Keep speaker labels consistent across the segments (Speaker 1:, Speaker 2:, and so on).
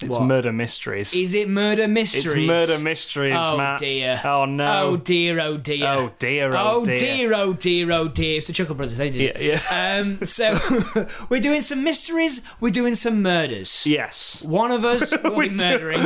Speaker 1: It's
Speaker 2: What?
Speaker 1: murder mysteries.
Speaker 2: Is it murder mysteries?
Speaker 1: It's murder mysteries,
Speaker 2: Oh
Speaker 1: Matt.
Speaker 2: dear.
Speaker 1: Oh no.
Speaker 2: Oh dear. Oh dear.
Speaker 1: Oh, dear, oh,
Speaker 2: Oh
Speaker 1: dear.
Speaker 2: dear. Oh dear. Oh dear. It's the Chuckle Brothers. They did. it.
Speaker 1: Yeah,
Speaker 2: Um, so we're doing some mysteries. We're doing some murders.
Speaker 1: Yes.
Speaker 2: One of us will
Speaker 1: We
Speaker 2: be
Speaker 1: do.
Speaker 2: murdering.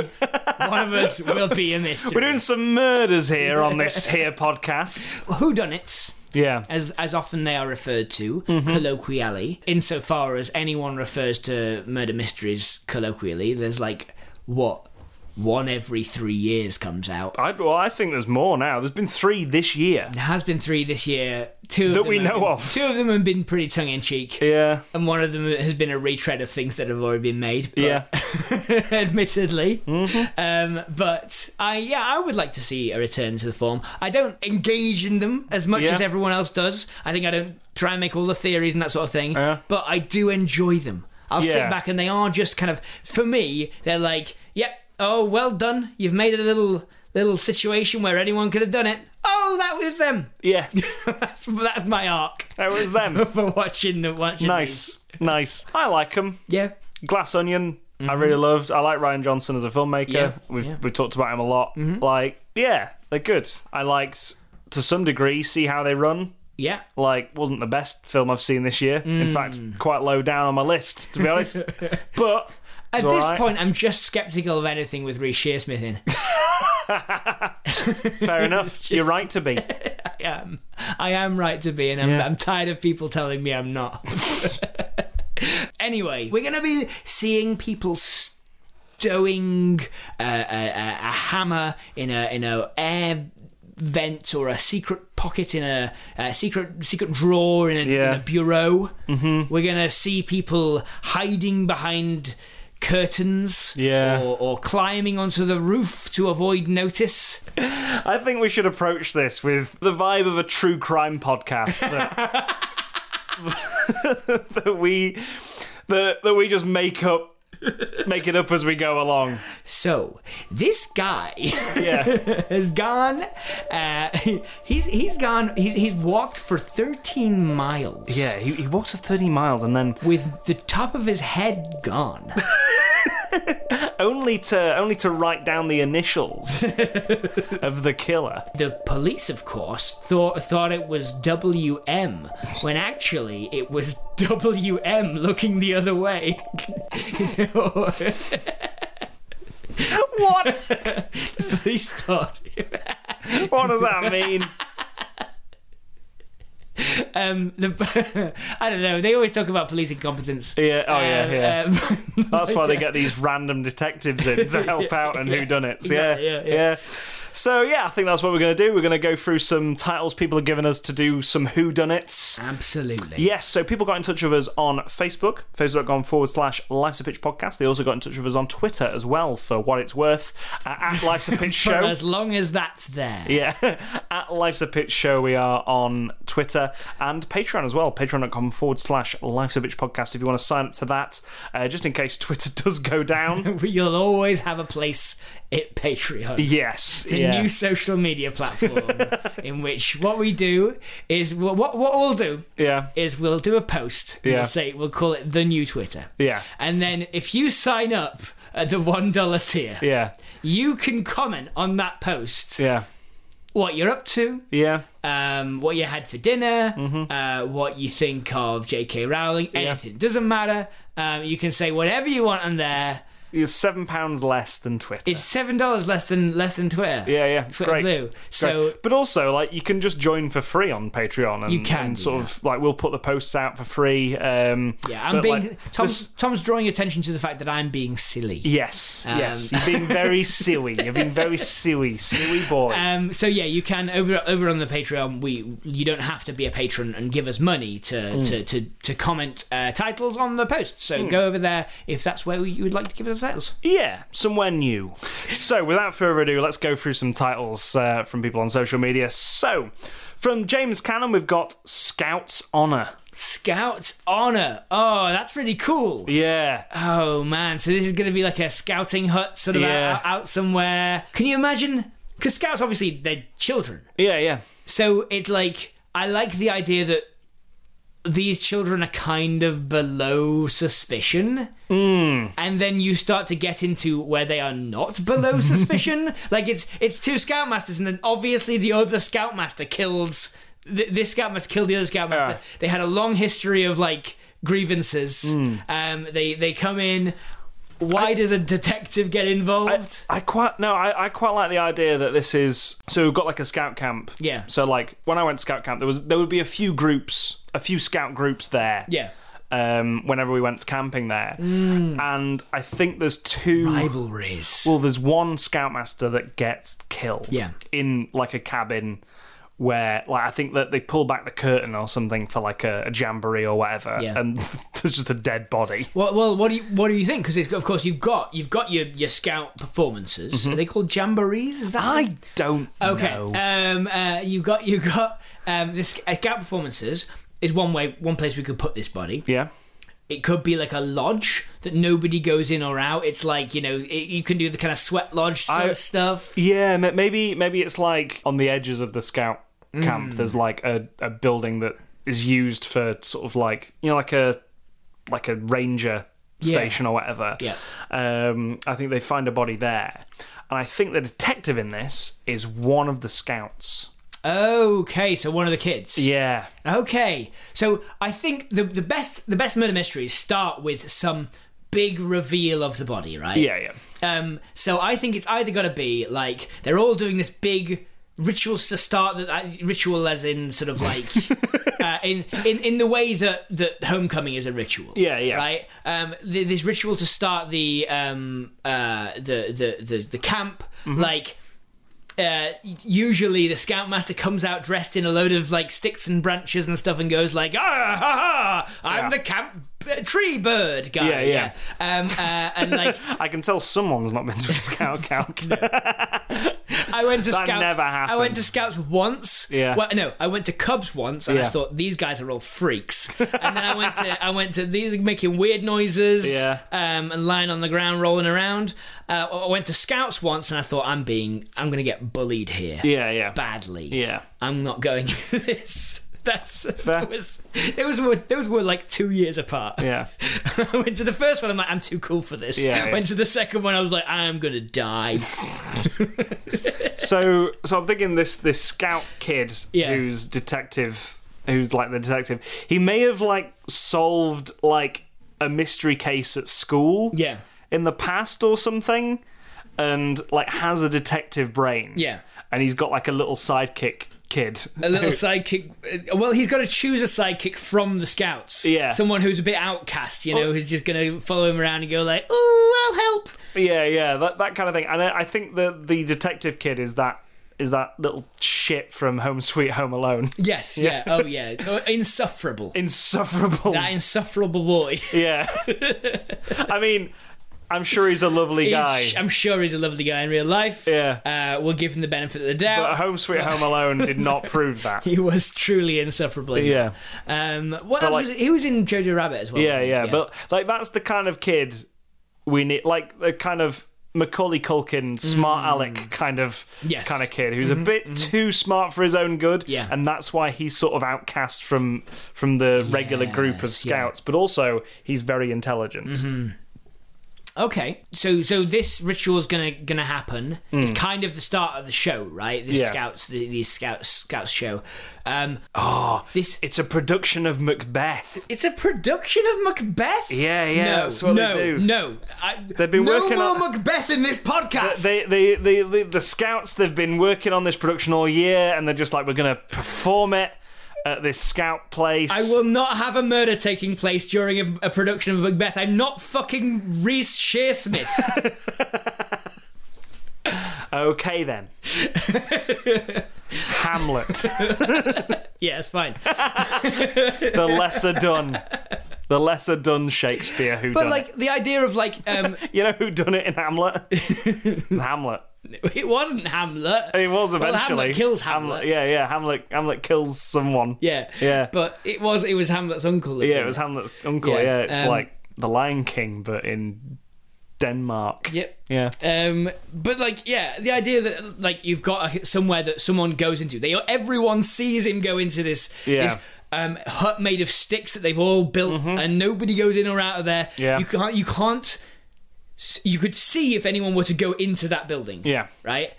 Speaker 2: One of us will be a mystery.
Speaker 1: We're doing some murders here on this here podcast.
Speaker 2: who done it.
Speaker 1: Yeah.
Speaker 2: as as often they are referred to
Speaker 1: Mm-hmm.
Speaker 2: colloquially insofar as anyone refers to murder mysteries colloquially there's like what one every 3 years comes out
Speaker 1: I, well, I think there's more now. There's been three this year.
Speaker 2: there has been 3 this year two of
Speaker 1: That
Speaker 2: them
Speaker 1: we
Speaker 2: have
Speaker 1: know
Speaker 2: been-
Speaker 1: of.
Speaker 2: two of them have been pretty tongue in cheek
Speaker 1: Yeah.
Speaker 2: and one of them has been a retread of things that have already been made but
Speaker 1: Yeah.
Speaker 2: admittedly. Um, but I, yeah, I would like to see a return to the form. I don't engage in them as much
Speaker 1: Yeah.
Speaker 2: as everyone else does. I think I don't try and make all the theories and that sort of thing.
Speaker 1: Yeah.
Speaker 2: But I do enjoy them. I'll
Speaker 1: Yeah.
Speaker 2: sit back and they are just kind of for me. They're like, yep, oh, well done. You've made a little little situation where anyone could have done it. Oh, that was them.
Speaker 1: Yeah.
Speaker 2: that's, that's my arc
Speaker 1: That was them.
Speaker 2: for watching the watching. these.
Speaker 1: nice. Nice. I like them.
Speaker 2: Yeah.
Speaker 1: Glass Onion, I really loved. I like Ryan Johnson as a filmmaker.
Speaker 2: Mm-hmm. Yeah,
Speaker 1: We've
Speaker 2: yeah. Mm-hmm.
Speaker 1: we talked about him a lot. Like, yeah, they're good. I liked to some degree see how they run.
Speaker 2: Yeah.
Speaker 1: Like, wasn't the best film I've seen this year.
Speaker 2: Mm.
Speaker 1: In fact, quite low down on my list to be honest. but
Speaker 2: At
Speaker 1: it's all
Speaker 2: this
Speaker 1: right.
Speaker 2: point, I'm just skeptical of anything with Reece Shearsmith in.
Speaker 1: fair enough. You're right to be.
Speaker 2: I am. um, I am right to be, and I'm, I'm tired of people telling me I'm not. anyway, we're going to be seeing people stowing uh, a, a, a hammer in a in a air vent or a secret pocket in a, a secret secret drawer in a,
Speaker 1: Yeah.
Speaker 2: in a bureau. Mm-hmm. We're going to see people hiding behind curtains
Speaker 1: Yeah.
Speaker 2: or, or climbing onto the roof to avoid notice
Speaker 1: I think we should approach this with the vibe of a true crime podcast that, that we that, that we just make up make it up as we go along.
Speaker 2: so this guy
Speaker 1: Yeah.
Speaker 2: has gone. Uh, he's he's gone. He's he's walked for thirteen miles.
Speaker 1: Yeah, he, he walks for 30 miles and then
Speaker 2: With the top of his head gone.
Speaker 1: only to only to write down the initials of the killer.
Speaker 2: the police, of course, thought thought it was WM when actually it was WM looking the other way.
Speaker 1: What?
Speaker 2: the police thought.
Speaker 1: what does that mean?
Speaker 2: Um, the, I don't know. They always talk about police incompetence.
Speaker 1: Yeah, oh yeah,
Speaker 2: Um,
Speaker 1: yeah.
Speaker 2: um,
Speaker 1: That's why they get these random detectives in to help out and who done it.
Speaker 2: exactly,
Speaker 1: yeah,
Speaker 2: yeah,
Speaker 1: yeah,
Speaker 2: yeah.
Speaker 1: So yeah, I think that's what we're going to do. We're going to go through some titles people have given us to do some who done it.
Speaker 2: Absolutely.
Speaker 1: Yes, so people got in touch with us on Facebook, facebook.com forward slash Life's a Pitch podcast. They also got in touch with us on Twitter as well, for what it's worth, uh, at Life's a Pitch
Speaker 2: For
Speaker 1: Show.
Speaker 2: as long as that's there.
Speaker 1: Yeah, at Life's a Pitch Show, we are on Twitter and Patreon as well. Patreon.com forward slash Life's a Pitch podcast. If you want to sign up to that, uh, just in case Twitter does go down.
Speaker 2: You'll always have a place at Patreon.
Speaker 1: yes.
Speaker 2: The
Speaker 1: yeah.
Speaker 2: new social media platform in which what we do is what what, what we'll do
Speaker 1: Yeah.
Speaker 2: is we'll do a post. and
Speaker 1: Yeah.
Speaker 2: We'll say we'll call it the new Twitter.
Speaker 1: Yeah.
Speaker 2: And then if you sign up at the one dollar tier,
Speaker 1: Yeah.
Speaker 2: you can comment on that post.
Speaker 1: Yeah.
Speaker 2: What you're up to,
Speaker 1: Yeah.
Speaker 2: um, what you had for dinner,
Speaker 1: Mm-hmm.
Speaker 2: uh, what you think of J.K. Rowling, anything doesn't matter. Um, you can say whatever you want on there.
Speaker 1: It's seven pounds less than Twitter.
Speaker 2: It's seven dollars less than less than Twitter.
Speaker 1: yeah, yeah.
Speaker 2: Twitter
Speaker 1: Great.
Speaker 2: Blue. So
Speaker 1: Great. but also like you can just join for free on Patreon and,
Speaker 2: You can
Speaker 1: and
Speaker 2: do
Speaker 1: sort of like we'll put the posts out for free. Um,
Speaker 2: yeah, I'm
Speaker 1: but,
Speaker 2: being
Speaker 1: like,
Speaker 2: Tom's
Speaker 1: this-
Speaker 2: Tom's drawing attention to the fact that I'm being silly.
Speaker 1: Yes,
Speaker 2: Um,
Speaker 1: yes. You've been very silly. You've been very silly, silly boy.
Speaker 2: Um, so yeah, you can over over on the Patreon. We you don't have to be a patron and give us money to
Speaker 1: Mm.
Speaker 2: to, to, to comment uh, titles on the post. So go over there if that's where you would like to give us those titles.
Speaker 1: Yeah, somewhere new. So, without further ado, let's go through some titles uh, from people on social media. So, from James Cannon, we've got Scout's Honour.
Speaker 2: Scout's Honor. Oh, that's really cool.
Speaker 1: Yeah.
Speaker 2: Oh man, so this is going to be like a scouting hut sort of
Speaker 1: Yeah.
Speaker 2: out, out somewhere. Can you imagine? Because scouts, obviously, they're children.
Speaker 1: Yeah, yeah.
Speaker 2: So it's like I like the idea that these children are kind of below suspicion. And then you start to get into where they are not below suspicion. like it's it's two scoutmasters and then obviously the other scoutmaster kills th- this scoutmaster killed the other scoutmaster.
Speaker 1: Yeah.
Speaker 2: They had a long history of like grievances. Um they they come in why does a detective get involved?
Speaker 1: I quite no, I, I quite like the idea that this is so we've got like a scout camp.
Speaker 2: Yeah.
Speaker 1: So like when I went to scout camp, there was there would be a few groups, a few scout groups there.
Speaker 2: yeah. Mm.
Speaker 1: Um, whenever we went camping there, and I think there's two.
Speaker 2: Rivalries.
Speaker 1: Well, there's one scoutmaster that gets killed.
Speaker 2: Yeah.
Speaker 1: In like a cabin where like I think that they pull back the curtain or something for like a, a jamboree or whatever,
Speaker 2: Yeah.
Speaker 1: and there's just a dead body.
Speaker 2: Well, well, what do you what do you think? Because of course you've got you've got your your scout performances. Are they called jamborees? Is that
Speaker 1: Mm-hmm. I don't
Speaker 2: okay?
Speaker 1: know.
Speaker 2: Um, uh, you got you got um this uh, scout performances is one way one place we could put this body.
Speaker 1: yeah.
Speaker 2: It could be like a lodge that nobody goes in or out. It's like you know it, you can do the kind of sweat lodge sort
Speaker 1: I-
Speaker 2: of stuff.
Speaker 1: Yeah, ma- maybe maybe it's like on the edges of the scout camp. There's like a, a building that is used for sort of like you know like a like a ranger station or whatever.
Speaker 2: Yeah.
Speaker 1: Um, I think they find a body there, and I think the detective in this is one of the scouts.
Speaker 2: Okay, so one of the kids.
Speaker 1: Yeah.
Speaker 2: Okay, so I think the the best the best murder mysteries start with some big reveal of the body, right?
Speaker 1: Yeah. Yeah.
Speaker 2: Um, so I think it's either got to be like they're all doing this big rituals to start the uh, ritual, as in sort of like uh, in, in in the way that that homecoming is a ritual.
Speaker 1: Yeah, yeah.
Speaker 2: Right. Um, th- this ritual to start the um uh the the the, the camp
Speaker 1: Mm-hmm.
Speaker 2: like. Uh, usually the scoutmaster comes out dressed in a load of like sticks and branches and stuff and goes like ah ha ha I'm
Speaker 1: Yeah.
Speaker 2: the camp b- tree bird guy
Speaker 1: Yeah, yeah.
Speaker 2: um uh, and like
Speaker 1: I can tell someone's not been to a scout camp.
Speaker 2: I went to
Speaker 1: That
Speaker 2: scouts.
Speaker 1: never happened.
Speaker 2: I went to scouts once.
Speaker 1: Yeah.
Speaker 2: Well, no, I went to Cubs once, and I
Speaker 1: Yeah.
Speaker 2: thought these guys are all freaks. and then I went to I went to these are making weird noises.
Speaker 1: Yeah.
Speaker 2: Um, and lying on the ground, rolling around. Uh, I went to scouts once, and I thought I'm being I'm going to get bullied here
Speaker 1: yeah. Yeah.
Speaker 2: badly.
Speaker 1: Yeah.
Speaker 2: I'm not going to this. That's
Speaker 1: Fair.
Speaker 2: it was it was those were like two years apart.
Speaker 1: Yeah.
Speaker 2: I went to the first one. I'm like, I'm too cool for this.
Speaker 1: Yeah, yeah.
Speaker 2: Went to the second one. I was like, I'm gonna die.
Speaker 1: so so I'm thinking this this scout kid
Speaker 2: Yeah.
Speaker 1: who's detective who's like the detective he may have like solved like a mystery case at school
Speaker 2: Yeah.
Speaker 1: in the past or something and like has a detective brain
Speaker 2: Yeah.
Speaker 1: and he's got like a little sidekick kid
Speaker 2: A little sidekick. uh, Well, he's got to choose a sidekick from the scouts.
Speaker 1: Yeah. Oh.
Speaker 2: Someone who's a bit outcast, you know, who's just going to follow him around and go like, "Oh, I'll help."
Speaker 1: yeah yeah that, that kind of thing and I, I think the the detective kid is that is that little shit from home sweet home alone
Speaker 2: Yes. Yeah. Oh, yeah. Oh, Insufferable.
Speaker 1: insufferable
Speaker 2: that insufferable boy.
Speaker 1: Yeah. I mean, I'm sure he's a lovely guy.
Speaker 2: He's- I'm sure he's a lovely guy in real life.
Speaker 1: Yeah.
Speaker 2: Uh, we'll give him the benefit of the
Speaker 1: but
Speaker 2: doubt.
Speaker 1: Home Sweet Home Alone did not prove that.
Speaker 2: he was truly insufferable. in
Speaker 1: Yeah.
Speaker 2: that. Um, what else
Speaker 1: like-
Speaker 2: was it? He was in Jojo Rabbit as well.
Speaker 1: Yeah,
Speaker 2: wasn't he?
Speaker 1: yeah. But, like, that's the kind of kid we need. Like, the kind of. Macaulay Culkin, smart Alec kind of
Speaker 2: Mm. Yes. Mm-hmm,
Speaker 1: kind of kid who's a bit too smart for his own good,
Speaker 2: Yeah.
Speaker 1: and that's why he's sort of outcast from from the regular group of
Speaker 2: Yes, yeah. Mm-hmm.
Speaker 1: scouts. But also, he's very intelligent.
Speaker 2: Okay, so so this ritual's gonna gonna happen. It's kind of the start of the show, right? This
Speaker 1: Hmm. Yeah.
Speaker 2: scouts, the, these scouts, scouts show. Um,
Speaker 1: Ah,
Speaker 2: oh, this
Speaker 1: It's a production of Macbeth.
Speaker 2: it's a production of Macbeth.
Speaker 1: Yeah, yeah,
Speaker 2: no,
Speaker 1: that's what
Speaker 2: no,
Speaker 1: they do.
Speaker 2: No, I,
Speaker 1: They've been
Speaker 2: no
Speaker 1: working
Speaker 2: more
Speaker 1: on-
Speaker 2: Macbeth in this podcast.
Speaker 1: they, they, they, they, the scouts, they've been working on this production all year, and they're just like, we're going to perform it at this scout place.
Speaker 2: I will not have a murder taking place during a, a production of Macbeth. I'm not fucking Reese Shearsmith.
Speaker 1: Okay then. Hamlet,
Speaker 2: yeah, it's fine.
Speaker 1: the lesser done. the lesser done Shakespeare who
Speaker 2: But
Speaker 1: done
Speaker 2: like the idea of like um,
Speaker 1: it. You know who done it in Hamlet? Hamlet.
Speaker 2: it wasn't Hamlet.
Speaker 1: It was eventually.
Speaker 2: Well, Hamlet killed Hamlet.
Speaker 1: Yeah, yeah. Hamlet. Hamlet kills someone.
Speaker 2: Yeah.
Speaker 1: Yeah.
Speaker 2: But it was it was Hamlet's uncle. That
Speaker 1: yeah,
Speaker 2: did
Speaker 1: it was Hamlet's uncle.
Speaker 2: Yeah,
Speaker 1: Yeah, it's
Speaker 2: um,
Speaker 1: like the Lion King, but in Denmark.
Speaker 2: Yep.
Speaker 1: Yeah.
Speaker 2: Um, but like, yeah, the idea that like you've got like, somewhere that someone goes into, they everyone sees him go into this
Speaker 1: Yeah. Mm-hmm.
Speaker 2: this um, hut made of sticks that they've all built, and nobody goes in or out of there.
Speaker 1: Yeah.
Speaker 2: you can't, you can't. s- You could see if anyone were to go into that building.
Speaker 1: Yeah.
Speaker 2: Right.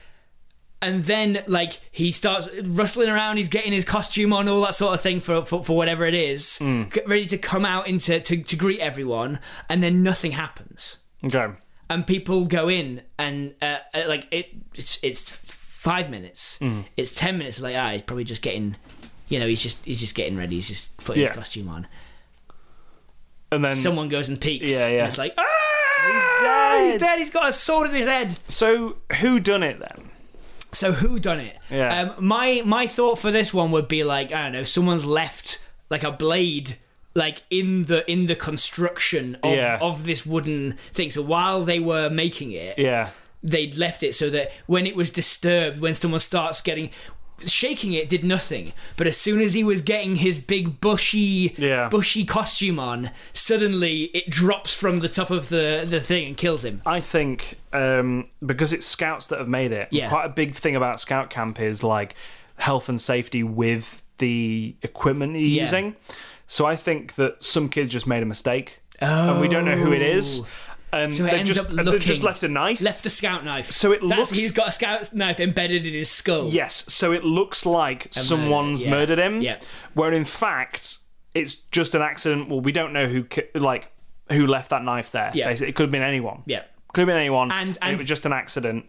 Speaker 2: And then, like, he starts rustling around. He's getting his costume on, all that sort of thing for for, for whatever it is,
Speaker 1: Hmm.
Speaker 2: get ready to come out into to, to greet everyone. And then nothing happens
Speaker 1: Okay.
Speaker 2: and people go in and uh, uh, like it it's, it's f- five minutes
Speaker 1: Hmm.
Speaker 2: it's ten minutes like ah he's probably just getting you know he's just he's just getting ready he's just putting
Speaker 1: Yeah.
Speaker 2: his costume on
Speaker 1: And then
Speaker 2: someone goes and peeks
Speaker 1: Yeah, yeah.
Speaker 2: and it's like ah
Speaker 1: He's
Speaker 2: he's dead he's got a sword in his head
Speaker 1: So who done it then?
Speaker 2: so who done it
Speaker 1: Yeah.
Speaker 2: um, my my thought for this one would be like I don't know someone's left like a blade like in the in the construction of,
Speaker 1: Yeah.
Speaker 2: of this wooden thing so while they were making it
Speaker 1: Yeah.
Speaker 2: they'd left it so that when it was disturbed, when someone starts getting shaking it did nothing but as soon as he was getting his big bushy
Speaker 1: Yeah.
Speaker 2: bushy costume on suddenly it drops from the top of the the thing and kills him
Speaker 1: I think um, because it's scouts that have made it.
Speaker 2: Yeah.
Speaker 1: Quite a big thing about scout camp is like health and safety with the equipment you're
Speaker 2: Yeah.
Speaker 1: using. So I think that some kids just made a mistake, and we don't know who it is, and
Speaker 2: Oh. it
Speaker 1: they
Speaker 2: ends
Speaker 1: just
Speaker 2: up
Speaker 1: and they've just
Speaker 2: looking-
Speaker 1: left a knife.
Speaker 2: left a scout knife
Speaker 1: So it
Speaker 2: That's,
Speaker 1: looks-
Speaker 2: he's got a scout knife embedded in his skull
Speaker 1: Yes, so it looks like someone's
Speaker 2: yeah.
Speaker 1: murdered him.
Speaker 2: Yeah.
Speaker 1: Where in fact, it's just an accident. Well, we don't know who ki- like who left that knife there.
Speaker 2: Yeah.
Speaker 1: basically. it could have been anyone.
Speaker 2: Yeah.
Speaker 1: could have been anyone.
Speaker 2: And-
Speaker 1: it
Speaker 2: and-
Speaker 1: was just an accident.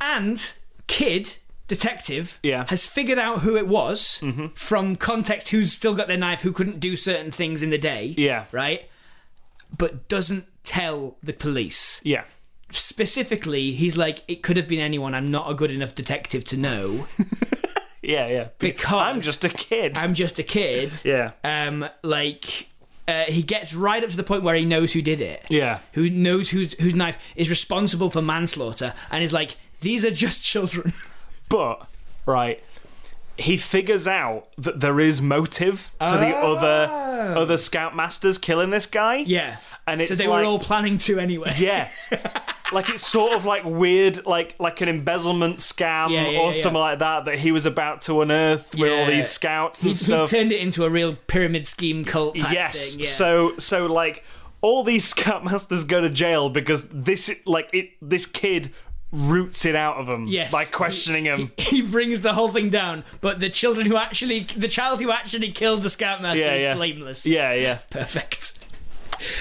Speaker 2: and kid detective
Speaker 1: Yeah. Mm-hmm.
Speaker 2: has figured out who it was from context who's still got their knife who couldn't do certain things in the day
Speaker 1: Yeah.
Speaker 2: right but doesn't tell the police
Speaker 1: Yeah,
Speaker 2: specifically he's like it could have been anyone i'm not a good enough detective to know
Speaker 1: yeah, yeah. Be-
Speaker 2: Because-
Speaker 1: I'm just a kid.
Speaker 2: i'm just a kid
Speaker 1: yeah,
Speaker 2: um like uh, he gets right up to the point where he knows who did it
Speaker 1: yeah,
Speaker 2: who knows whose whose knife is responsible for manslaughter and is like these are just children
Speaker 1: but right. He figures out that there is motive to the other other scoutmasters killing this guy.
Speaker 2: Oh. yeah
Speaker 1: and it's
Speaker 2: so they
Speaker 1: like-
Speaker 2: were all planning to anyway
Speaker 1: Yeah. like it's sort of like weird, like like an embezzlement scam
Speaker 2: Yeah, yeah,
Speaker 1: or
Speaker 2: yeah,
Speaker 1: something
Speaker 2: yeah.
Speaker 1: like that that he was about to unearth with all
Speaker 2: Yeah.
Speaker 1: these scouts and
Speaker 2: he, he
Speaker 1: stuff.
Speaker 2: turned it into a real pyramid scheme cult type
Speaker 1: yes.
Speaker 2: thing yeah.
Speaker 1: So so like all these scoutmasters go to jail because this like it this kid roots it out of them
Speaker 2: Yes.
Speaker 1: by questioning him.
Speaker 2: he brings the whole thing down, but the children who actually, the child who actually killed the scoutmaster
Speaker 1: yeah,
Speaker 2: is
Speaker 1: yeah.
Speaker 2: blameless.
Speaker 1: Yeah, yeah.
Speaker 2: Perfect.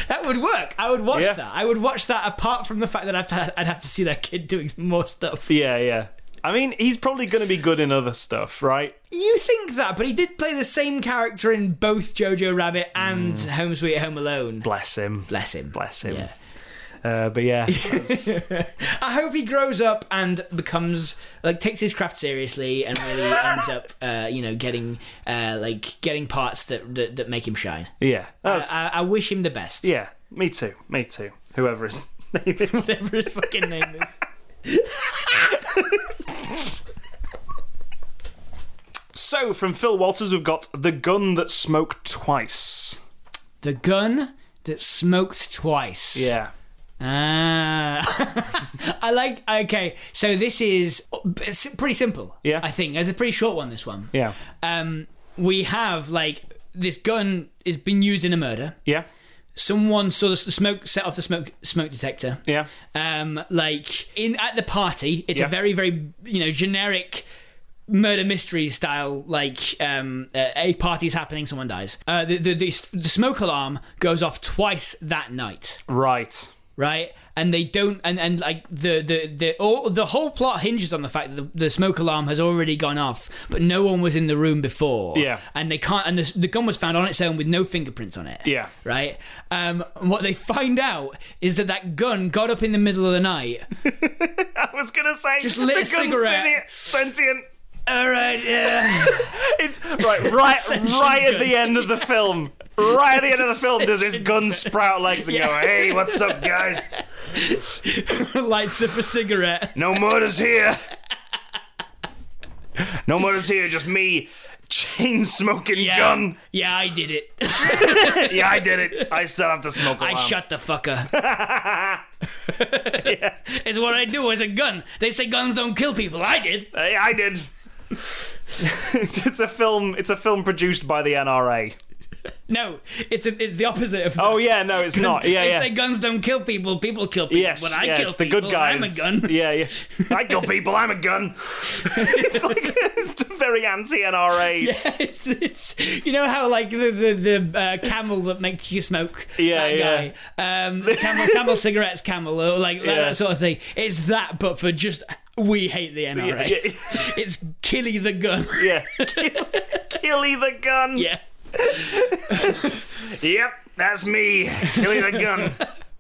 Speaker 2: That would work. I would watch
Speaker 1: Yeah.
Speaker 2: that. I would watch that. Apart from the fact that I'd have to, I'd have to see that kid doing some more stuff.
Speaker 1: Yeah, yeah. I mean, he's probably going to be good in other stuff, right?
Speaker 2: You think that, but he did play the same character in both Jojo Rabbit and Home Sweet Home Alone.
Speaker 1: Bless him.
Speaker 2: Bless him.
Speaker 1: Mm. Bless him.
Speaker 2: Yeah.
Speaker 1: Uh, but yeah,
Speaker 2: I hope he grows up and becomes like takes his craft seriously and really ends up, uh, you know, getting uh, like getting parts that that, that make him shine.
Speaker 1: yeah. That's,
Speaker 2: I, I wish him the best.
Speaker 1: yeah. Me too. Me too. Whoever his name is.
Speaker 2: Whatever his fucking name is.
Speaker 1: So, from Phil Walters, we've got The Gun That Smoked Twice.
Speaker 2: The gun that smoked twice.
Speaker 1: Yeah.
Speaker 2: Ah. I like. Okay, so this is it's pretty simple.
Speaker 1: Yeah.
Speaker 2: I think it's a pretty short one. This one.
Speaker 1: Yeah.
Speaker 2: Um, we have like this gun is been used in a murder.
Speaker 1: Yeah.
Speaker 2: Someone saw the smoke, set off the smoke smoke detector.
Speaker 1: Yeah.
Speaker 2: um, like in at the party. It's
Speaker 1: Yeah.
Speaker 2: a very very you know generic murder mystery style. Like um, uh, a party's happening, someone dies. Uh, the, the the the smoke alarm goes off twice that night,
Speaker 1: Right.
Speaker 2: right? And they don't and and like the the the all, the whole plot hinges on the fact that the, the smoke alarm has already gone off, but no one was in the room before.
Speaker 1: Yeah.
Speaker 2: and they can't. And the, the gun was found on its own with no fingerprints on it
Speaker 1: Yeah.
Speaker 2: right? Um, and what they find out is that that gun got up in the middle of the night.
Speaker 1: I was going to say,
Speaker 2: Just lit
Speaker 1: the
Speaker 2: a cigarette.
Speaker 1: Sentient. sentient.
Speaker 2: All right, yeah.
Speaker 1: It's right, right,
Speaker 2: Sentient
Speaker 1: right at
Speaker 2: gun.
Speaker 1: the end of the film. right at the end of the film, does his gun sprout legs and
Speaker 2: Yeah.
Speaker 1: go, "Hey, what's up, guys?
Speaker 2: Lights up a cigarette.
Speaker 1: No murders here. No murders here. Just me, chain smoking gun.
Speaker 2: Yeah, I did it.
Speaker 1: Yeah, I did it. I still have to smoke.
Speaker 2: I
Speaker 1: alarm.
Speaker 2: shot the fucker. It's what I do. It's a gun. They say guns don't kill people. I did.
Speaker 1: Hey, I did. it's a film. It's a film produced by the NRA.
Speaker 2: No, it's it's the opposite of.
Speaker 1: Oh yeah, no, it's not. Yeah,
Speaker 2: they
Speaker 1: yeah.
Speaker 2: say guns don't kill people. People kill people.
Speaker 1: yes,
Speaker 2: but I
Speaker 1: yes,
Speaker 2: kill
Speaker 1: the
Speaker 2: people.
Speaker 1: good
Speaker 2: and
Speaker 1: guys.
Speaker 2: I'm a gun.
Speaker 1: Yeah, yeah. I kill people. I'm a gun. it's like it's a very anti-NRA.
Speaker 2: it's, it's you know how like the the, the uh, camel that makes you smoke
Speaker 1: Yeah,
Speaker 2: that
Speaker 1: yeah.
Speaker 2: guy um camel camel cigarettes camel or like like
Speaker 1: Yeah.
Speaker 2: that sort of thing it's that but for just we hate the NRA
Speaker 1: Yeah, yeah.
Speaker 2: it's Killy the gun
Speaker 1: Yeah. Kill, Killy the gun.
Speaker 2: yeah
Speaker 1: Yep, that's me. Killy the gun.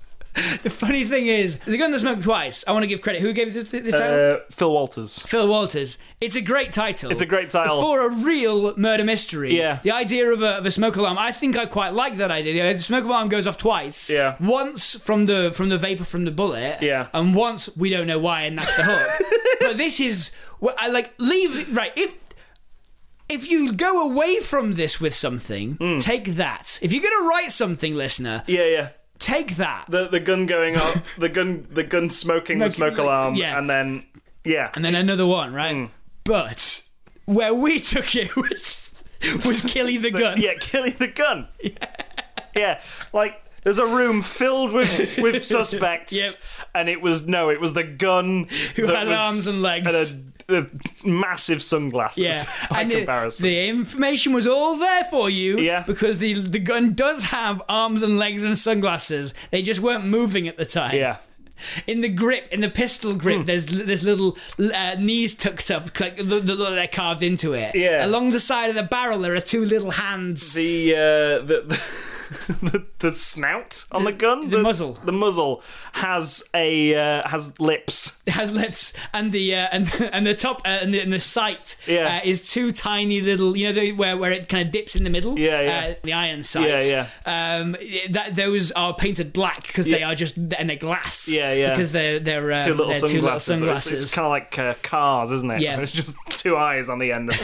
Speaker 2: the funny thing is the gun that smoked twice I want to give credit who gave this, this title
Speaker 1: Uh, Phil Walters.
Speaker 2: Phil Walters. It's a great title. It's
Speaker 1: a great title.
Speaker 2: For a real murder mystery.
Speaker 1: Yeah.
Speaker 2: The idea of a, of a smoke alarm, I think I quite like that idea. The idea- The smoke alarm goes off twice.
Speaker 1: Yeah.
Speaker 2: Once from the from the vapor from the bullet.
Speaker 1: Yeah.
Speaker 2: And once we don't know why, and that's the hook. but this is well, I like leave right if. If you go away from this with something, take that. If you're going to write something, listener,
Speaker 1: Hmm. Yeah, yeah.
Speaker 2: take that.
Speaker 1: The the gun going off. The gun. The gun smoking the
Speaker 2: Smoking,
Speaker 1: smoke alarm.
Speaker 2: yeah.
Speaker 1: And then. Yeah.
Speaker 2: and then another one, right?
Speaker 1: Mm.
Speaker 2: But where we took it was was Killy the gun.
Speaker 1: Yeah, Killy the gun. yeah, like there's a room filled with with suspects.
Speaker 2: Yep.
Speaker 1: And it was no, it was the gun who
Speaker 2: has arms and legs.
Speaker 1: and a, a massive sunglasses.
Speaker 2: Yeah,
Speaker 1: by
Speaker 2: it-
Speaker 1: comparison.
Speaker 2: the information was all there for you.
Speaker 1: Yeah.
Speaker 2: because the the gun does have arms and legs and sunglasses. They just weren't moving at the time.
Speaker 1: yeah. Hmm.
Speaker 2: in the grip, in the pistol grip, there's there's little uh, knees tucked up, like the, the, they're carved into it.
Speaker 1: Yeah.
Speaker 2: along the side of the barrel, there are two little hands.
Speaker 1: The uh, the. the the, the snout on the, gun,
Speaker 2: the muzzle.
Speaker 1: the muzzle has a uh, has lips.
Speaker 2: It has lips, and the uh, and and the top uh, and, the, and the sight
Speaker 1: Yeah.
Speaker 2: uh, is two tiny little, you know, the, where where it kind of dips in the middle.
Speaker 1: Yeah, yeah.
Speaker 2: Uh, the iron sight.
Speaker 1: Yeah,
Speaker 2: yeah. Um, that those are painted black because they
Speaker 1: Yeah.
Speaker 2: are just and they're glass.
Speaker 1: Yeah, yeah.
Speaker 2: Because they're they're um,
Speaker 1: Two little
Speaker 2: they're
Speaker 1: sunglasses.
Speaker 2: Two little
Speaker 1: It's-
Speaker 2: sunglasses.
Speaker 1: It's, kind of like uh, cars, isn't it?
Speaker 2: Yeah.
Speaker 1: It's just two eyes on the end. of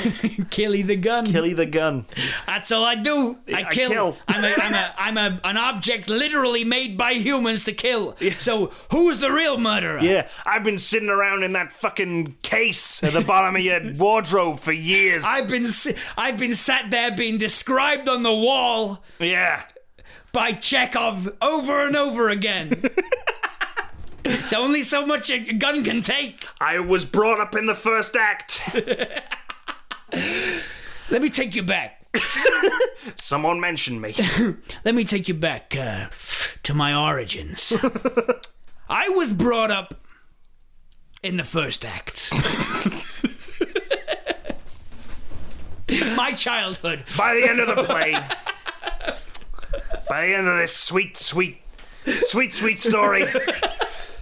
Speaker 2: Killy the gun.
Speaker 1: Killy the gun.
Speaker 2: That's all I do. I
Speaker 1: I
Speaker 2: kill.
Speaker 1: kill.
Speaker 2: I'm a I'm a I'm a an object literally made by humans to kill. So who's the real murderer?
Speaker 1: Yeah, I've been sitting around in that fucking case at the bottom of your wardrobe for years.
Speaker 2: I've been si- I've been sat there being described on the wall.
Speaker 1: yeah.
Speaker 2: by Chekhov over and over again. It's only so much a gun can take.
Speaker 1: I was brought up in the first act.
Speaker 2: Let me take you back.
Speaker 1: Someone mentioned me.
Speaker 2: Let me take you back uh, to my origins. I was brought up in the first act. my childhood.
Speaker 1: By the end of the play, by the end of this sweet, sweet, sweet, sweet story,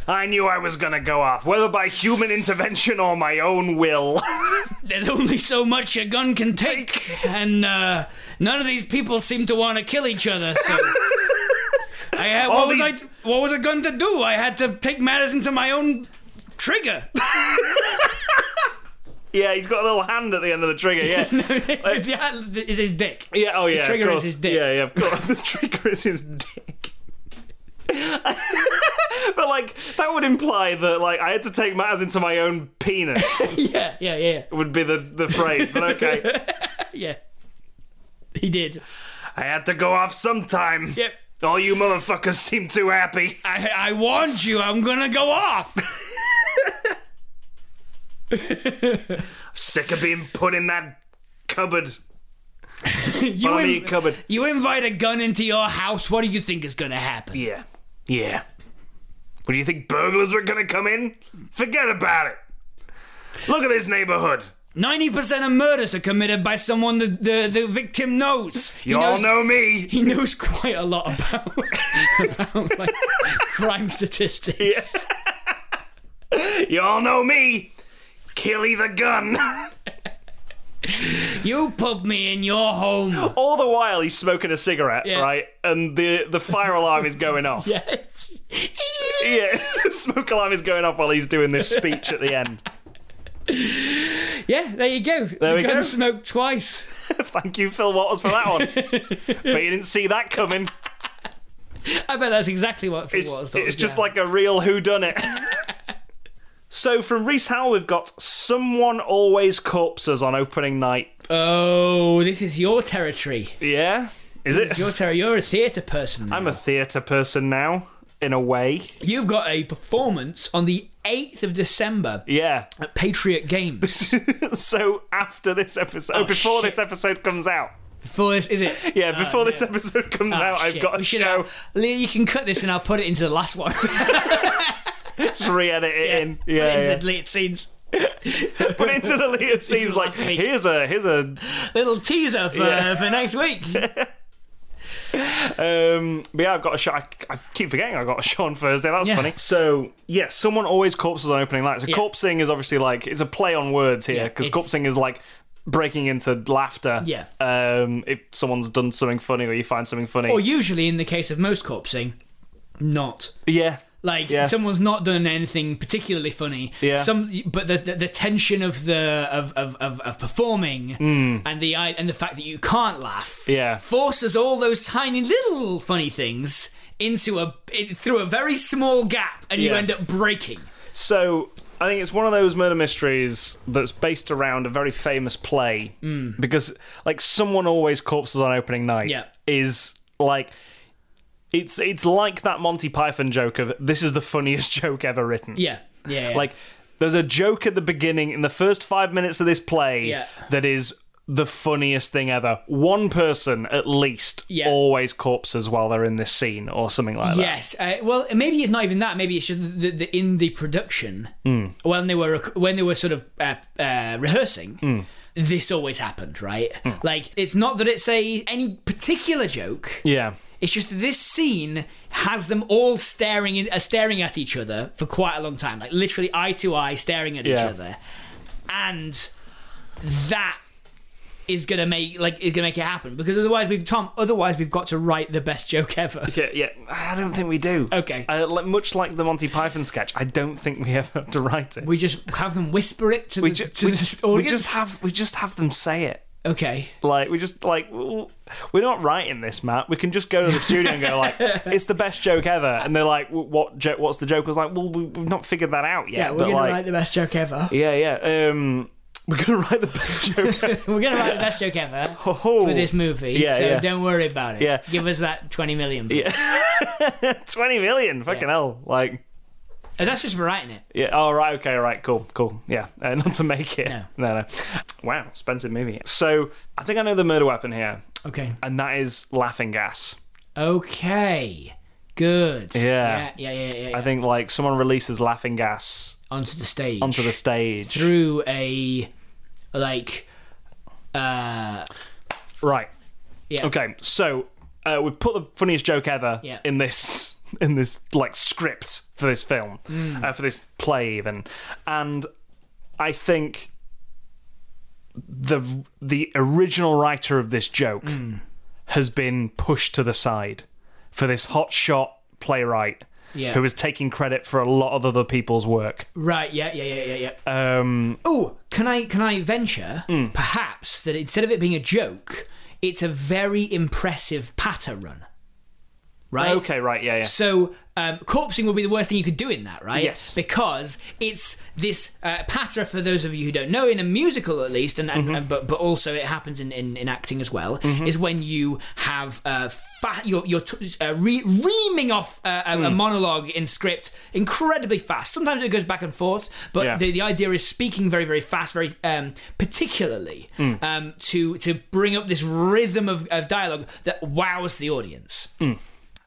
Speaker 1: I knew I was gonna go off, whether by human intervention or my own will.
Speaker 2: There's only so much a gun can take, and uh, none of these people seem to want to kill each other. So, I had, what was
Speaker 1: these-
Speaker 2: I? What was a gun to do? I had to take matters into my own trigger.
Speaker 1: yeah, he's got a little hand at the end of the trigger, yeah.
Speaker 2: is his dick?
Speaker 1: Yeah, oh yeah. of
Speaker 2: trigger is
Speaker 1: course.
Speaker 2: his dick.
Speaker 1: Yeah, yeah, of course. the trigger is his dick. but like that would imply that like I had to take matters into my own penis
Speaker 2: Yeah, yeah, yeah,
Speaker 1: would be the, the phrase, but okay.
Speaker 2: yeah. He did.
Speaker 1: I had to go off sometime.
Speaker 2: Yep.
Speaker 1: All you motherfuckers seem too happy.
Speaker 2: I, I warned you. I'm gonna go off.
Speaker 1: Sick of being put in that cupboard.
Speaker 2: you,
Speaker 1: Funny
Speaker 2: in-
Speaker 1: cupboard.
Speaker 2: you invite a gun into your house. What do you think is gonna happen?
Speaker 1: Yeah. Yeah. What do you think burglars were gonna come in? Forget about it. Look at this neighborhood.
Speaker 2: Ninety percent of murders are committed by someone the the, the victim knows. He
Speaker 1: You all
Speaker 2: knows-
Speaker 1: know me.
Speaker 2: he knows quite a lot about, about like, crime statistics.
Speaker 1: You all know me. Killy the gun.
Speaker 2: You put me in your home.
Speaker 1: All the while he's smoking a cigarette,
Speaker 2: Yeah.
Speaker 1: right? And the the fire alarm is going off.
Speaker 2: Yes.
Speaker 1: Yeah, smoke alarm is going off while he's doing this speech at the end.
Speaker 2: Yeah, there you go.
Speaker 1: There
Speaker 2: you
Speaker 1: we
Speaker 2: got
Speaker 1: go.
Speaker 2: smoked twice.
Speaker 1: Thank you, Phil Waters, for that one. but you didn't see that coming.
Speaker 2: I bet that's exactly what it
Speaker 1: It's,
Speaker 2: was.
Speaker 1: it's just like a real who done it. so from Reese Howell, we've got someone always corpses on opening night.
Speaker 2: oh, this is your territory.
Speaker 1: Yeah, is it?
Speaker 2: Your territory. You're a theatre person. now.
Speaker 1: I'm a theatre person now, in a way.
Speaker 2: You've got a performance on the eighth of December
Speaker 1: Yeah.
Speaker 2: at Patriot Games.
Speaker 1: so after this episode, oh, before this episode comes out.
Speaker 2: For this, is it?
Speaker 1: Yeah, before this episode comes
Speaker 2: Oh,
Speaker 1: out, I've
Speaker 2: shit.
Speaker 1: got
Speaker 2: We
Speaker 1: to
Speaker 2: should.
Speaker 1: show,
Speaker 2: uh, Lee, you can cut this, and I'll put it into the last one.
Speaker 1: re-edit it in.
Speaker 2: Put it
Speaker 1: Yeah,
Speaker 2: into
Speaker 1: yeah.
Speaker 2: the deleted scenes.
Speaker 1: put it into the lead scenes. Like
Speaker 2: Last week.
Speaker 1: here's a here's a
Speaker 2: Little teaser for,
Speaker 1: Yeah.
Speaker 2: for next week.
Speaker 1: Um, but yeah, I've got a shot. I, I keep forgetting I got a show on Thursday. That's
Speaker 2: Yeah.
Speaker 1: funny. So yeah, someone always corpses on opening night. So
Speaker 2: Yeah.
Speaker 1: corpsing is obviously like it's a play on words here
Speaker 2: Yeah,
Speaker 1: because
Speaker 2: it's-
Speaker 1: corpsing is like breaking into laughter.
Speaker 2: Yeah.
Speaker 1: Um, if someone's done something funny or you find something funny.
Speaker 2: Or usually, in the case of most corpsing, not.
Speaker 1: yeah.
Speaker 2: Like
Speaker 1: Yeah.
Speaker 2: someone's not done anything particularly funny.
Speaker 1: Yeah.
Speaker 2: Some, but the, the the tension of the of of, of, of performing and the i- and the fact that you can't laugh.
Speaker 1: Hmm. Yeah.
Speaker 2: Forces all those tiny little funny things into a in, through a very small gap, and you
Speaker 1: Yeah.
Speaker 2: end up breaking.
Speaker 1: So I think it's one of those murder mysteries that's based around a very famous play because like someone always corpses on opening night
Speaker 2: Mm. Yeah.
Speaker 1: is like it's it's like that Monty Python joke of this is the funniest joke ever written.
Speaker 2: Yeah. Yeah.
Speaker 1: Like there's a joke at the beginning in the first 5 minutes of this play
Speaker 2: Yeah.
Speaker 1: that is the funniest thing ever. One person at least
Speaker 2: Yeah.
Speaker 1: always corpses while they're in this scene or something like that.
Speaker 2: Yes. Uh, well, maybe it's not even that. Maybe it's just the, the, in the production when they were rec- when they were sort of uh, uh, rehearsing. This always happened, right? Like it's not that it's a any particular joke.
Speaker 1: Yeah.
Speaker 2: It's just that this scene has them all staring in, uh, staring at each other for quite a long time, like literally eye to eye staring at each
Speaker 1: Yeah.
Speaker 2: other, and that is gonna make like is gonna make it happen because otherwise we've Tom. Otherwise we've got to write the best joke ever.
Speaker 1: Yeah, yeah. I don't think we do.
Speaker 2: Okay.
Speaker 1: Uh, li- much like the Monty Python sketch, I don't think we ever have to write it.
Speaker 2: We just have them whisper it to,
Speaker 1: We,
Speaker 2: the,
Speaker 1: ju-
Speaker 2: to
Speaker 1: we-
Speaker 2: the
Speaker 1: we
Speaker 2: audience.
Speaker 1: just have we just have them say it.
Speaker 2: Okay.
Speaker 1: Like we just like w- we're not writing this, Matt. We can just go to the studio and go like, "It's the best joke ever," and they're like, "Wh- "What? Jo- what's the joke?" I was like, "Well, we, we've not figured that out yet."
Speaker 2: Yeah, we're
Speaker 1: but
Speaker 2: gonna
Speaker 1: like,
Speaker 2: write the best joke ever.
Speaker 1: yeah, yeah. Um, we're gonna write the best joke. ever.
Speaker 2: We're gonna write the best joke ever
Speaker 1: Oh,
Speaker 2: for this movie.
Speaker 1: Yeah,
Speaker 2: so
Speaker 1: yeah.
Speaker 2: don't worry about it.
Speaker 1: Yeah.
Speaker 2: Give us that twenty million.
Speaker 1: Twenty million, fucking
Speaker 2: Yeah.
Speaker 1: hell! Like,
Speaker 2: Oh, that's just for writing it.
Speaker 1: Yeah. All right. Okay. Right. Cool. Cool. Yeah. Uh, not to make it.
Speaker 2: No.
Speaker 1: No. No. Wow. Expensive movie. So I think I know the murder weapon here,
Speaker 2: Okay.
Speaker 1: and that is laughing gas.
Speaker 2: Okay. Good.
Speaker 1: Yeah.
Speaker 2: Yeah. Yeah. Yeah. yeah,
Speaker 1: I
Speaker 2: yeah.
Speaker 1: think like someone releases laughing gas
Speaker 2: Onto the stage.
Speaker 1: onto the stage.
Speaker 2: through a like. Uh.
Speaker 1: Right.
Speaker 2: Yeah.
Speaker 1: Okay. So uh, we put the funniest joke ever
Speaker 2: Yeah.
Speaker 1: in this in this like script for this film
Speaker 2: Mm.
Speaker 1: uh, for this play even, and I think the the original writer of this joke
Speaker 2: Mm.
Speaker 1: has been pushed to the side for this hotshot playwright
Speaker 2: Yeah.
Speaker 1: who is taking credit for a lot of other people's work.
Speaker 2: Right. Yeah. Yeah. Yeah. Yeah. Yeah.
Speaker 1: Um, Hmm.
Speaker 2: Oh, can I can I venture perhaps that instead of it being a joke, it's a very impressive patter run, right?
Speaker 1: okay. Right. Yeah. Yeah.
Speaker 2: So, um, corpsing would be the worst thing you could do in that, right?
Speaker 1: Yes.
Speaker 2: Because it's this uh, patter, for those of you who don't know, in a musical at least, and, and,
Speaker 1: Mm-hmm.
Speaker 2: and- but but also it happens in, in, in acting as well, is when you have uh, fa- you're, you're t- uh, re- reaming off uh, a,
Speaker 1: Mm.
Speaker 2: a monologue in script incredibly fast. Sometimes it goes back and forth, but
Speaker 1: Yeah.
Speaker 2: the, the idea is speaking very very fast, very um, particularly
Speaker 1: Mm.
Speaker 2: um, to to bring up this rhythm of, of dialogue that wows the audience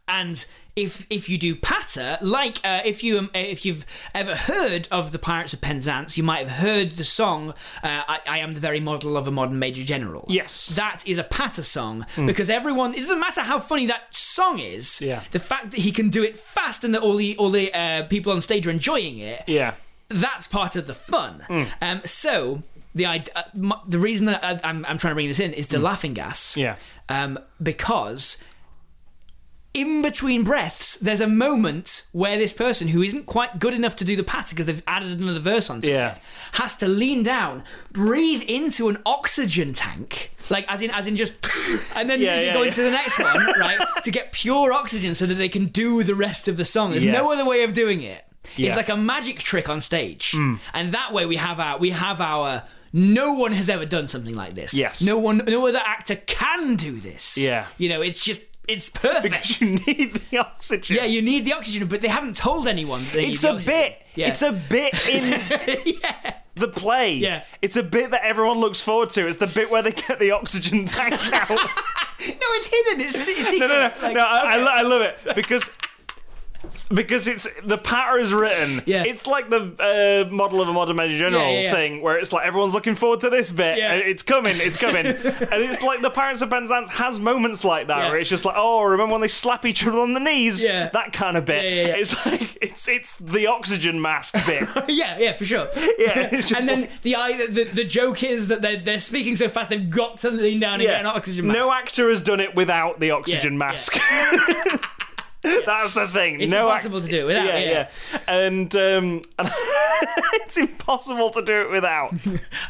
Speaker 2: and if if you do patter like uh, if you um, if you've ever heard of the Pirates of Penzance, you might have heard the song uh, I, "I Am the Very Model of a Modern Major General."
Speaker 1: Yes. Mm.
Speaker 2: that is a patter song because everyone. It doesn't matter how funny that song is.
Speaker 1: Yeah.
Speaker 2: the fact that he can do it fast and that all the all the uh, people on stage are enjoying it
Speaker 1: yeah. Hmm.
Speaker 2: that's part of the fun. Um, so the id- uh, my, the reason that I, I'm I'm trying to bring this in is the laughing gas.
Speaker 1: Hmm. Yeah.
Speaker 2: Um, because in between breaths, there's a moment where this person who isn't quite good enough to do the pattern because they've added another verse onto
Speaker 1: Yeah.
Speaker 2: it has to lean down, breathe into an oxygen tank, like as in as in just, and then
Speaker 1: Yeah,
Speaker 2: they
Speaker 1: yeah,
Speaker 2: go
Speaker 1: yeah.
Speaker 2: into the next one, right, to get pure oxygen so that they can do the rest of the song. There's no
Speaker 1: Yes.
Speaker 2: other way of doing it.
Speaker 1: Yeah. Mm.
Speaker 2: It's like a magic trick on stage, and that way we have our we have our. No one has ever done something like this.
Speaker 1: Yes.
Speaker 2: No one, no other actor can do this.
Speaker 1: Yeah.
Speaker 2: You know, it's just it's perfect.
Speaker 1: you need the oxygen.
Speaker 2: yeah, you need the oxygen, but they haven't told anyone. They need
Speaker 1: It's
Speaker 2: the
Speaker 1: a
Speaker 2: oxygen.
Speaker 1: bit.
Speaker 2: Yeah.
Speaker 1: It's a bit in the play.
Speaker 2: Yeah.
Speaker 1: It's a bit that everyone looks forward to. It's the bit where they get the oxygen tank out.
Speaker 2: no, it's hidden. It's, it's
Speaker 1: no,
Speaker 2: secret.
Speaker 1: no, no.
Speaker 2: Like,
Speaker 1: no I, I lo- I love it because. Because it's the patter is written.
Speaker 2: Yeah.
Speaker 1: It's like the uh, model of a modern major general
Speaker 2: Yeah, yeah, yeah.
Speaker 1: thing where it's like everyone's looking forward to this bit.
Speaker 2: Yeah.
Speaker 1: and It's coming, it's coming. and it's like the Pirates of Penzance has moments like that
Speaker 2: Yeah.
Speaker 1: where it's just like, oh, remember when they slap each other on the knees?
Speaker 2: Yeah.
Speaker 1: That kind of bit.
Speaker 2: Yeah, yeah, yeah.
Speaker 1: It's like it's it's the oxygen mask bit.
Speaker 2: yeah, yeah, for sure.
Speaker 1: Yeah, it's just
Speaker 2: and then
Speaker 1: like-
Speaker 2: the, eye- the the joke is that they're, they're speaking so fast they've got to lean down and get an oxygen mask.
Speaker 1: No actor has done it without the oxygen
Speaker 2: Yeah,
Speaker 1: mask. That's the thing.
Speaker 2: it's
Speaker 1: no ac-
Speaker 2: impossible to do it without.
Speaker 1: yeah, yeah, and um, and it's impossible to do it without.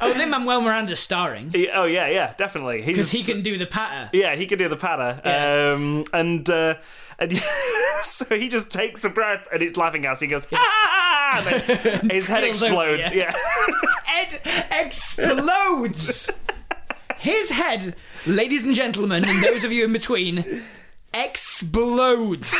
Speaker 2: Oh, Lin Manuel Miranda starring
Speaker 1: He- oh yeah, yeah, definitely.
Speaker 2: because he can do the patter.
Speaker 1: Yeah, he can do the patter.
Speaker 2: Yeah.
Speaker 1: Um, and uh, and so he just takes a breath, and it's laughing gas. He goes, ah! and then his head
Speaker 2: Rolls over,
Speaker 1: explodes. yeah.
Speaker 2: Head explodes. His head, ladies and gentlemen, and those of you in between, explodes.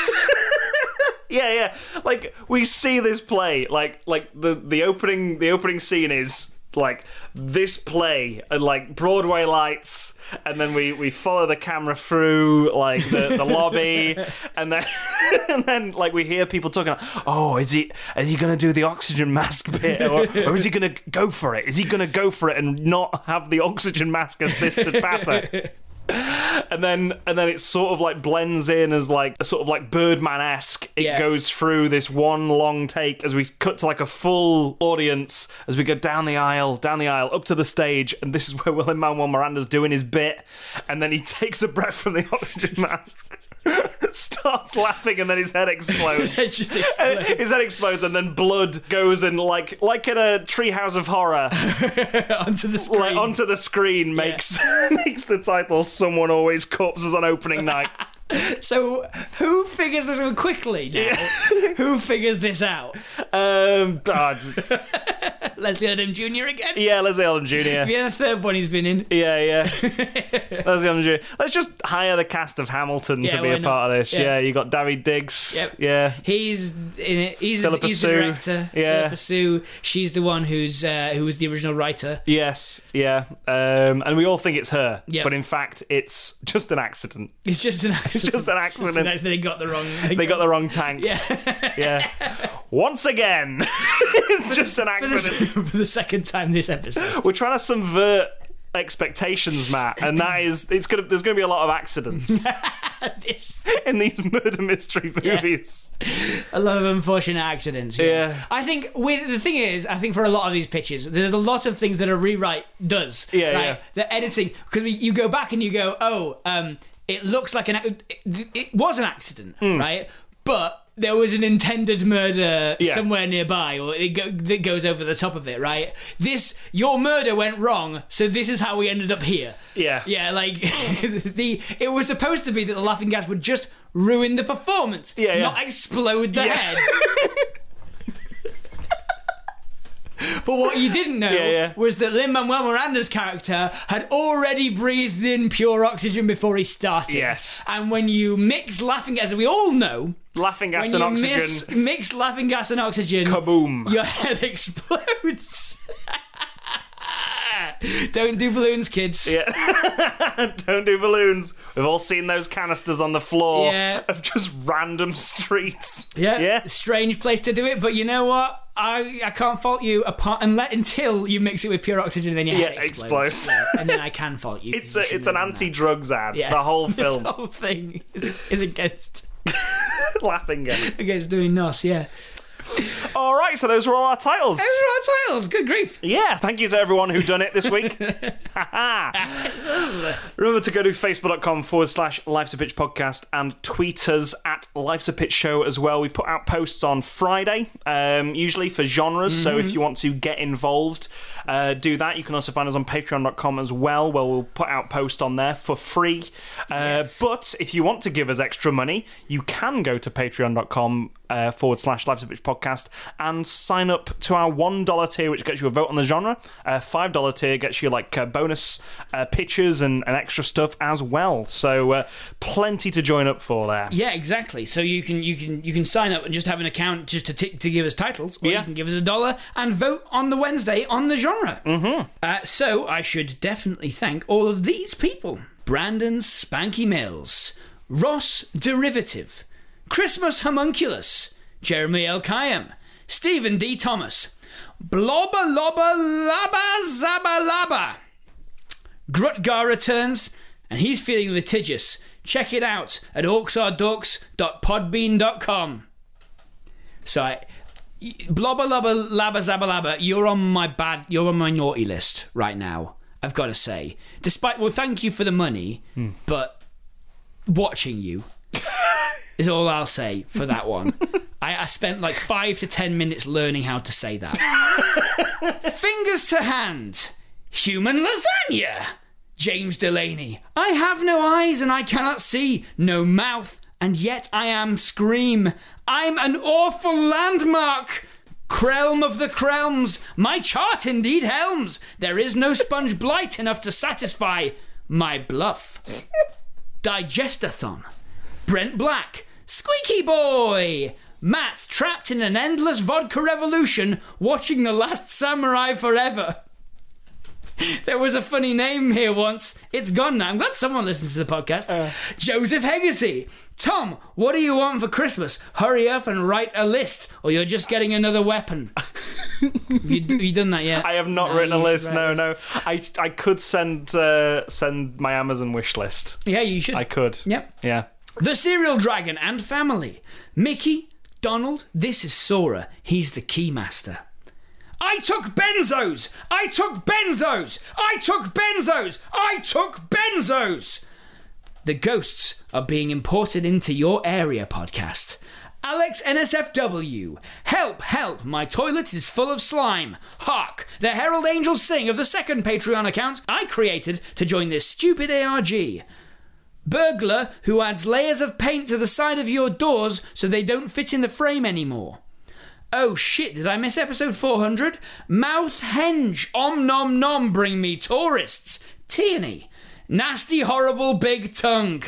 Speaker 1: Yeah, yeah. Like we see this play, like like the the opening the opening scene is like this play and like Broadway lights, and then we we follow the camera through like the, the lobby, and then and then like we hear people talking. Oh, is he is he gonna do the oxygen mask bit, or, or is he gonna go for it? Is he gonna go for it and not have the oxygen mask assisted patter? and then and then it sort of like blends in as like a sort of like Birdman esque. It
Speaker 2: Yeah.
Speaker 1: goes through this one long take as we cut to like a full audience as we go down the aisle, down the aisle, up to the stage, and this is where Willem Manuel Miranda's doing his bit, and then he takes a breath from the oxygen mask, starts laughing, and then his head explodes.
Speaker 2: It just explodes.
Speaker 1: His head explodes and then blood goes and like like in a treehouse of horror,
Speaker 2: onto the screen.
Speaker 1: like onto the screen makes makes the title "Someone Always Corpses on Opening Night."
Speaker 2: so who figures this out quickly now? who figures this out?
Speaker 1: Um, ah, just-
Speaker 2: Leslie Odom Jr. again?
Speaker 1: yeah, Leslie Odom Jr.
Speaker 2: Yeah, the third one he's been in.
Speaker 1: Yeah, yeah. Leslie Odom Jr. Let's just hire the cast of Hamilton
Speaker 2: Yeah,
Speaker 1: to be
Speaker 2: why
Speaker 1: a part of this.
Speaker 2: not?
Speaker 1: Yeah,
Speaker 2: Yeah.
Speaker 1: you got David Diggs.
Speaker 2: Yep.
Speaker 1: Yeah.
Speaker 2: He's in it. He's,
Speaker 1: Philippa
Speaker 2: he's the
Speaker 1: Sue.
Speaker 2: director.
Speaker 1: Yeah.
Speaker 2: Philippa Sue. She's the one who's uh, who was the original writer.
Speaker 1: Yes, yeah, um, and we all think it's her,
Speaker 2: Yep.
Speaker 1: but in fact, it's just an accident.
Speaker 2: It's just an accident.
Speaker 1: Just an
Speaker 2: It's an
Speaker 1: accident.
Speaker 2: accident. They got the wrong.
Speaker 1: They got the wrong tank.
Speaker 2: Yeah.
Speaker 1: yeah. Once again, it's just an
Speaker 2: for the,
Speaker 1: accident.
Speaker 2: for the second time this episode.
Speaker 1: We're trying to subvert expectations, Matt, and that is it's gonna there's gonna be a lot of accidents
Speaker 2: This-
Speaker 1: in these murder mystery movies.
Speaker 2: a lot of unfortunate accidents. Yeah.
Speaker 1: Yeah.
Speaker 2: I think with the thing is, I think for a lot of these pitches, there's a lot of things that a rewrite does.
Speaker 1: Yeah,
Speaker 2: like
Speaker 1: yeah.
Speaker 2: The editing because you go back and you go, oh, um, it looks like an ac- it, it was an accident,
Speaker 1: Hmm.
Speaker 2: right? But there was an intended murder
Speaker 1: Yeah.
Speaker 2: somewhere nearby, or it, go, that goes over the top of it, right? This your murder went wrong, so this is how we ended up here.
Speaker 1: Yeah.
Speaker 2: Yeah, like the it was supposed to be that the laughing gas would just ruin the performance,
Speaker 1: Yeah, yeah.
Speaker 2: not explode the
Speaker 1: Yeah.
Speaker 2: head. but what you didn't know
Speaker 1: Yeah, yeah.
Speaker 2: was that Lin Manuel Miranda's character had already breathed in pure oxygen before he started.
Speaker 1: Yes.
Speaker 2: and when you mix laughing gas, as we all know,
Speaker 1: Laughing gas
Speaker 2: when
Speaker 1: and
Speaker 2: you
Speaker 1: oxygen.
Speaker 2: miss- mix laughing gas and oxygen,
Speaker 1: Kaboom.
Speaker 2: your head explodes. Don't do balloons, kids.
Speaker 1: Don't do balloons. We've all seen those canisters on the floor
Speaker 2: Yeah.
Speaker 1: of just random streets.
Speaker 2: Yeah,
Speaker 1: Yeah.
Speaker 2: Strange place to do it, but you know what? I I can't fault you apart and let until you mix it with pure oxygen, and then your head
Speaker 1: Yeah,
Speaker 2: explodes.
Speaker 1: explodes.
Speaker 2: Yeah, and then I can fault you. 'cause
Speaker 1: It's
Speaker 2: you
Speaker 1: a,
Speaker 2: shouldn't
Speaker 1: it's an
Speaker 2: have done
Speaker 1: anti drugs ad.
Speaker 2: that.
Speaker 1: The whole
Speaker 2: This
Speaker 1: film.
Speaker 2: whole thing is, is against
Speaker 1: Laughing gas.
Speaker 2: against doing nos. Yeah.
Speaker 1: All right, so those were all our titles.
Speaker 2: Those are our titles. Good grief.
Speaker 1: Yeah, thank you to everyone who done it this week. Remember to go to facebook.com forward slash Life's a Pitch podcast and tweet us at Life's a Pitch show as well. We put out posts on Friday, um, usually for genres. So if you want to get involved, uh, do that. You can also find us on patreon.com as well, where we'll put out posts on there for free. Uh, But if you want to give us extra money, you can go to patreon.com uh, forward slash Life's a Bitch podcast and sign up to our $1 tier, which gets you a vote on the genre. Uh, $5 tier gets you like uh, bonus uh, pictures and, and extra stuff as well. So uh, plenty to join up for there.
Speaker 2: Yeah, exactly. So you can you can you can sign up and just have an account just to tick to give us titles, or
Speaker 1: Yeah.
Speaker 2: you can give us a dollar and vote on the Wednesday on the genre. Mm-hmm. Uh, so I should definitely thank all of these people: Brandon Spanky Mills, Ross Derivative, Christmas Homunculus, Jeremy L. Kayam, Stephen D. Thomas, Blobba Lobba Labba Zabba Labba. Grutgar returns, and he's feeling litigious. Check it out at orcsardorks.podbean.com. So, I, y- blobba lubba labba zabba labba, you're on my bad, you're on my naughty list right now. I've got to say, despite well, thank you for the money, but watching you is all I'll say for that one. I, I spent like five to ten minutes learning how to say that. Fingers to hand. Human lasagna. James Delaney. I have no eyes and I cannot see, no mouth, and yet I am scream. I'm an awful landmark. Krelm of the Krelms. My chart indeed helms. There is no sponge blight enough to satisfy my bluff. Digestathon. Brent Black, Squeaky Boy, Matt trapped in an endless vodka revolution, watching The Last Samurai forever. There was a funny name here once. It's gone now. I'm glad someone listens to the podcast.
Speaker 1: Uh.
Speaker 2: Joseph Hegarty. Tom, what do you want for Christmas? Hurry up and write a list, or you're just getting another weapon. have, you, have you done that yet?
Speaker 1: I have not
Speaker 2: No,
Speaker 1: written a
Speaker 2: you should
Speaker 1: list.
Speaker 2: write
Speaker 1: No,
Speaker 2: a
Speaker 1: no. I I could send uh, send my Amazon wish list.
Speaker 2: Yeah, you should.
Speaker 1: I could.
Speaker 2: Yep.
Speaker 1: Yeah.
Speaker 2: The Serial Dragon and family. Mickey, Donald, this is Sora. He's the keymaster. I took benzos! I took benzos! I took benzos! I took benzos! The ghosts are being imported into your area podcast. Alex NSFW. Help, help, my toilet is full of slime. Hark, the Herald Angels sing of the second Patreon account I created to join this stupid ARG. Burglar who adds layers of paint to the side of your doors so they don't fit in the frame anymore. Oh shit, did I miss episode 400? Mouth Henge, Om Nom Nom, Bring Me Tourists, Tierney, Nasty Horrible Big Tongue,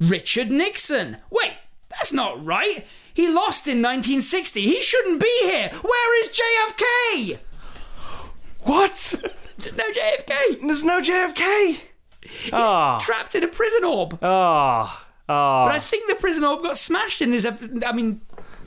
Speaker 2: Richard Nixon. Wait, that's not right. He lost in 1960. He shouldn't be here. Where is JFK?
Speaker 1: What?
Speaker 2: There's no JFK.
Speaker 1: There's no JFK. Ah.
Speaker 2: Trapped in a prison orb.
Speaker 1: Ah. Ah.
Speaker 2: But I think the prison orb got smashed in this episode. I mean,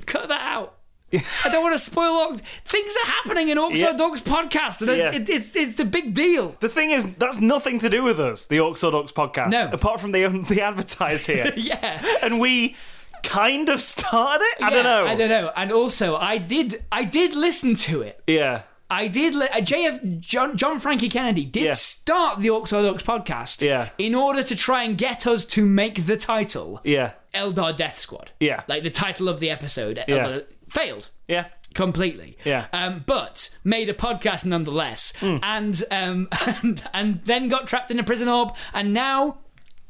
Speaker 2: cut that out. I don't want to spoil. Orcs. Things are happening in Orcs
Speaker 1: Yeah.
Speaker 2: or Dogs podcast, and it-
Speaker 1: Yeah.
Speaker 2: it, it's it's a big deal.
Speaker 1: The thing is, that's nothing to do with us, the Orxodox podcast.
Speaker 2: No.
Speaker 1: Apart from they, they advertise here.
Speaker 2: Yeah.
Speaker 1: And we kind of started it? I
Speaker 2: Yeah,
Speaker 1: don't know.
Speaker 2: I don't know. And also, I did I did listen to it.
Speaker 1: Yeah.
Speaker 2: I did. Li- uh, JF John, John Frankie Kennedy did
Speaker 1: Yeah.
Speaker 2: start the Orcs or Dogs podcast.
Speaker 1: Yeah.
Speaker 2: In order to try and get us to make the title
Speaker 1: Yeah.
Speaker 2: Eldar Death Squad.
Speaker 1: Yeah.
Speaker 2: Like the title of the episode. Eldar, failed.
Speaker 1: Yeah.
Speaker 2: completely.
Speaker 1: Yeah. Hmm.
Speaker 2: Um, but made a podcast nonetheless, and um, and and then got trapped in a prison orb, and now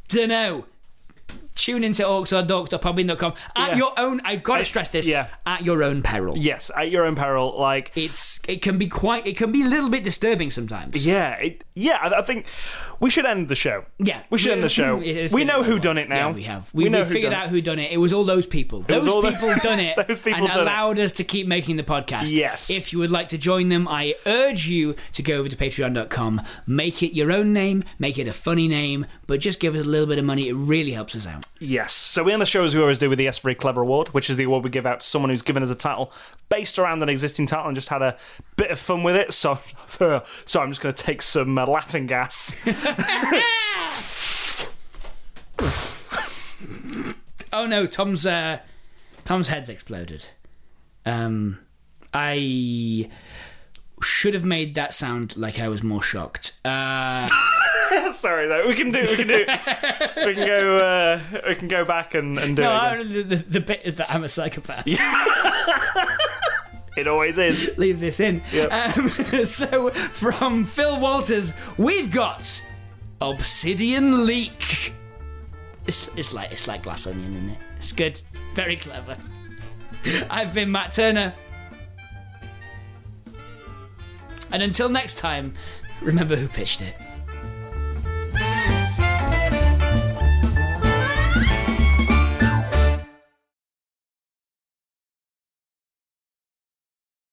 Speaker 2: don't know. Tune into orcsordorks.podbean.com at
Speaker 1: Yeah.
Speaker 2: your own. I've got to stress this.
Speaker 1: yeah.
Speaker 2: At your own peril.
Speaker 1: Yes, at your own peril. Like,
Speaker 2: It's it can be quite it can be a little bit disturbing sometimes.
Speaker 1: yeah. It, yeah, I, I think we should end the show.
Speaker 2: Yeah,
Speaker 1: We should end the show.
Speaker 2: It has
Speaker 1: We
Speaker 2: been a
Speaker 1: know
Speaker 2: long
Speaker 1: who done
Speaker 2: one.
Speaker 1: it now.
Speaker 2: Yeah, we have. We, we,
Speaker 1: know who
Speaker 2: figured
Speaker 1: done
Speaker 2: out who done it. It was all those people.
Speaker 1: was
Speaker 2: Those
Speaker 1: all the-
Speaker 2: people done it.
Speaker 1: Those people
Speaker 2: and
Speaker 1: done it.
Speaker 2: allowed us to keep making the podcast.
Speaker 1: Yes.
Speaker 2: If you would like to join them, I urge you to go over to Patreon.com. Make it your own name. Make it a funny name. But just give us a little bit of money. It really helps us out.
Speaker 1: Yes. So we end the show as we always do with the S Very Clever Award, which is the award we give out to someone who's given us a title based around an existing title and just had a bit of fun with it. So, so I'm just going to take some uh, laughing gas.
Speaker 2: Oh no, Tom's uh, Tom's head's exploded. Um, I should have made that sound like I was more shocked. Uh,
Speaker 1: Sorry though, we can do, we can do, we can go, uh, we can go back and, and do
Speaker 2: no,
Speaker 1: it. again.
Speaker 2: I- the, the, the bit is that I'm a psychopath.
Speaker 1: It always is.
Speaker 2: leave this in.
Speaker 1: Yep.
Speaker 2: Um, so, from Phil Walters, we've got Obsidian Leak. It's, it's like it's like glass onion, isn't it? It's good, very clever. I've been Matt Turner, and until next time, remember who pitched it.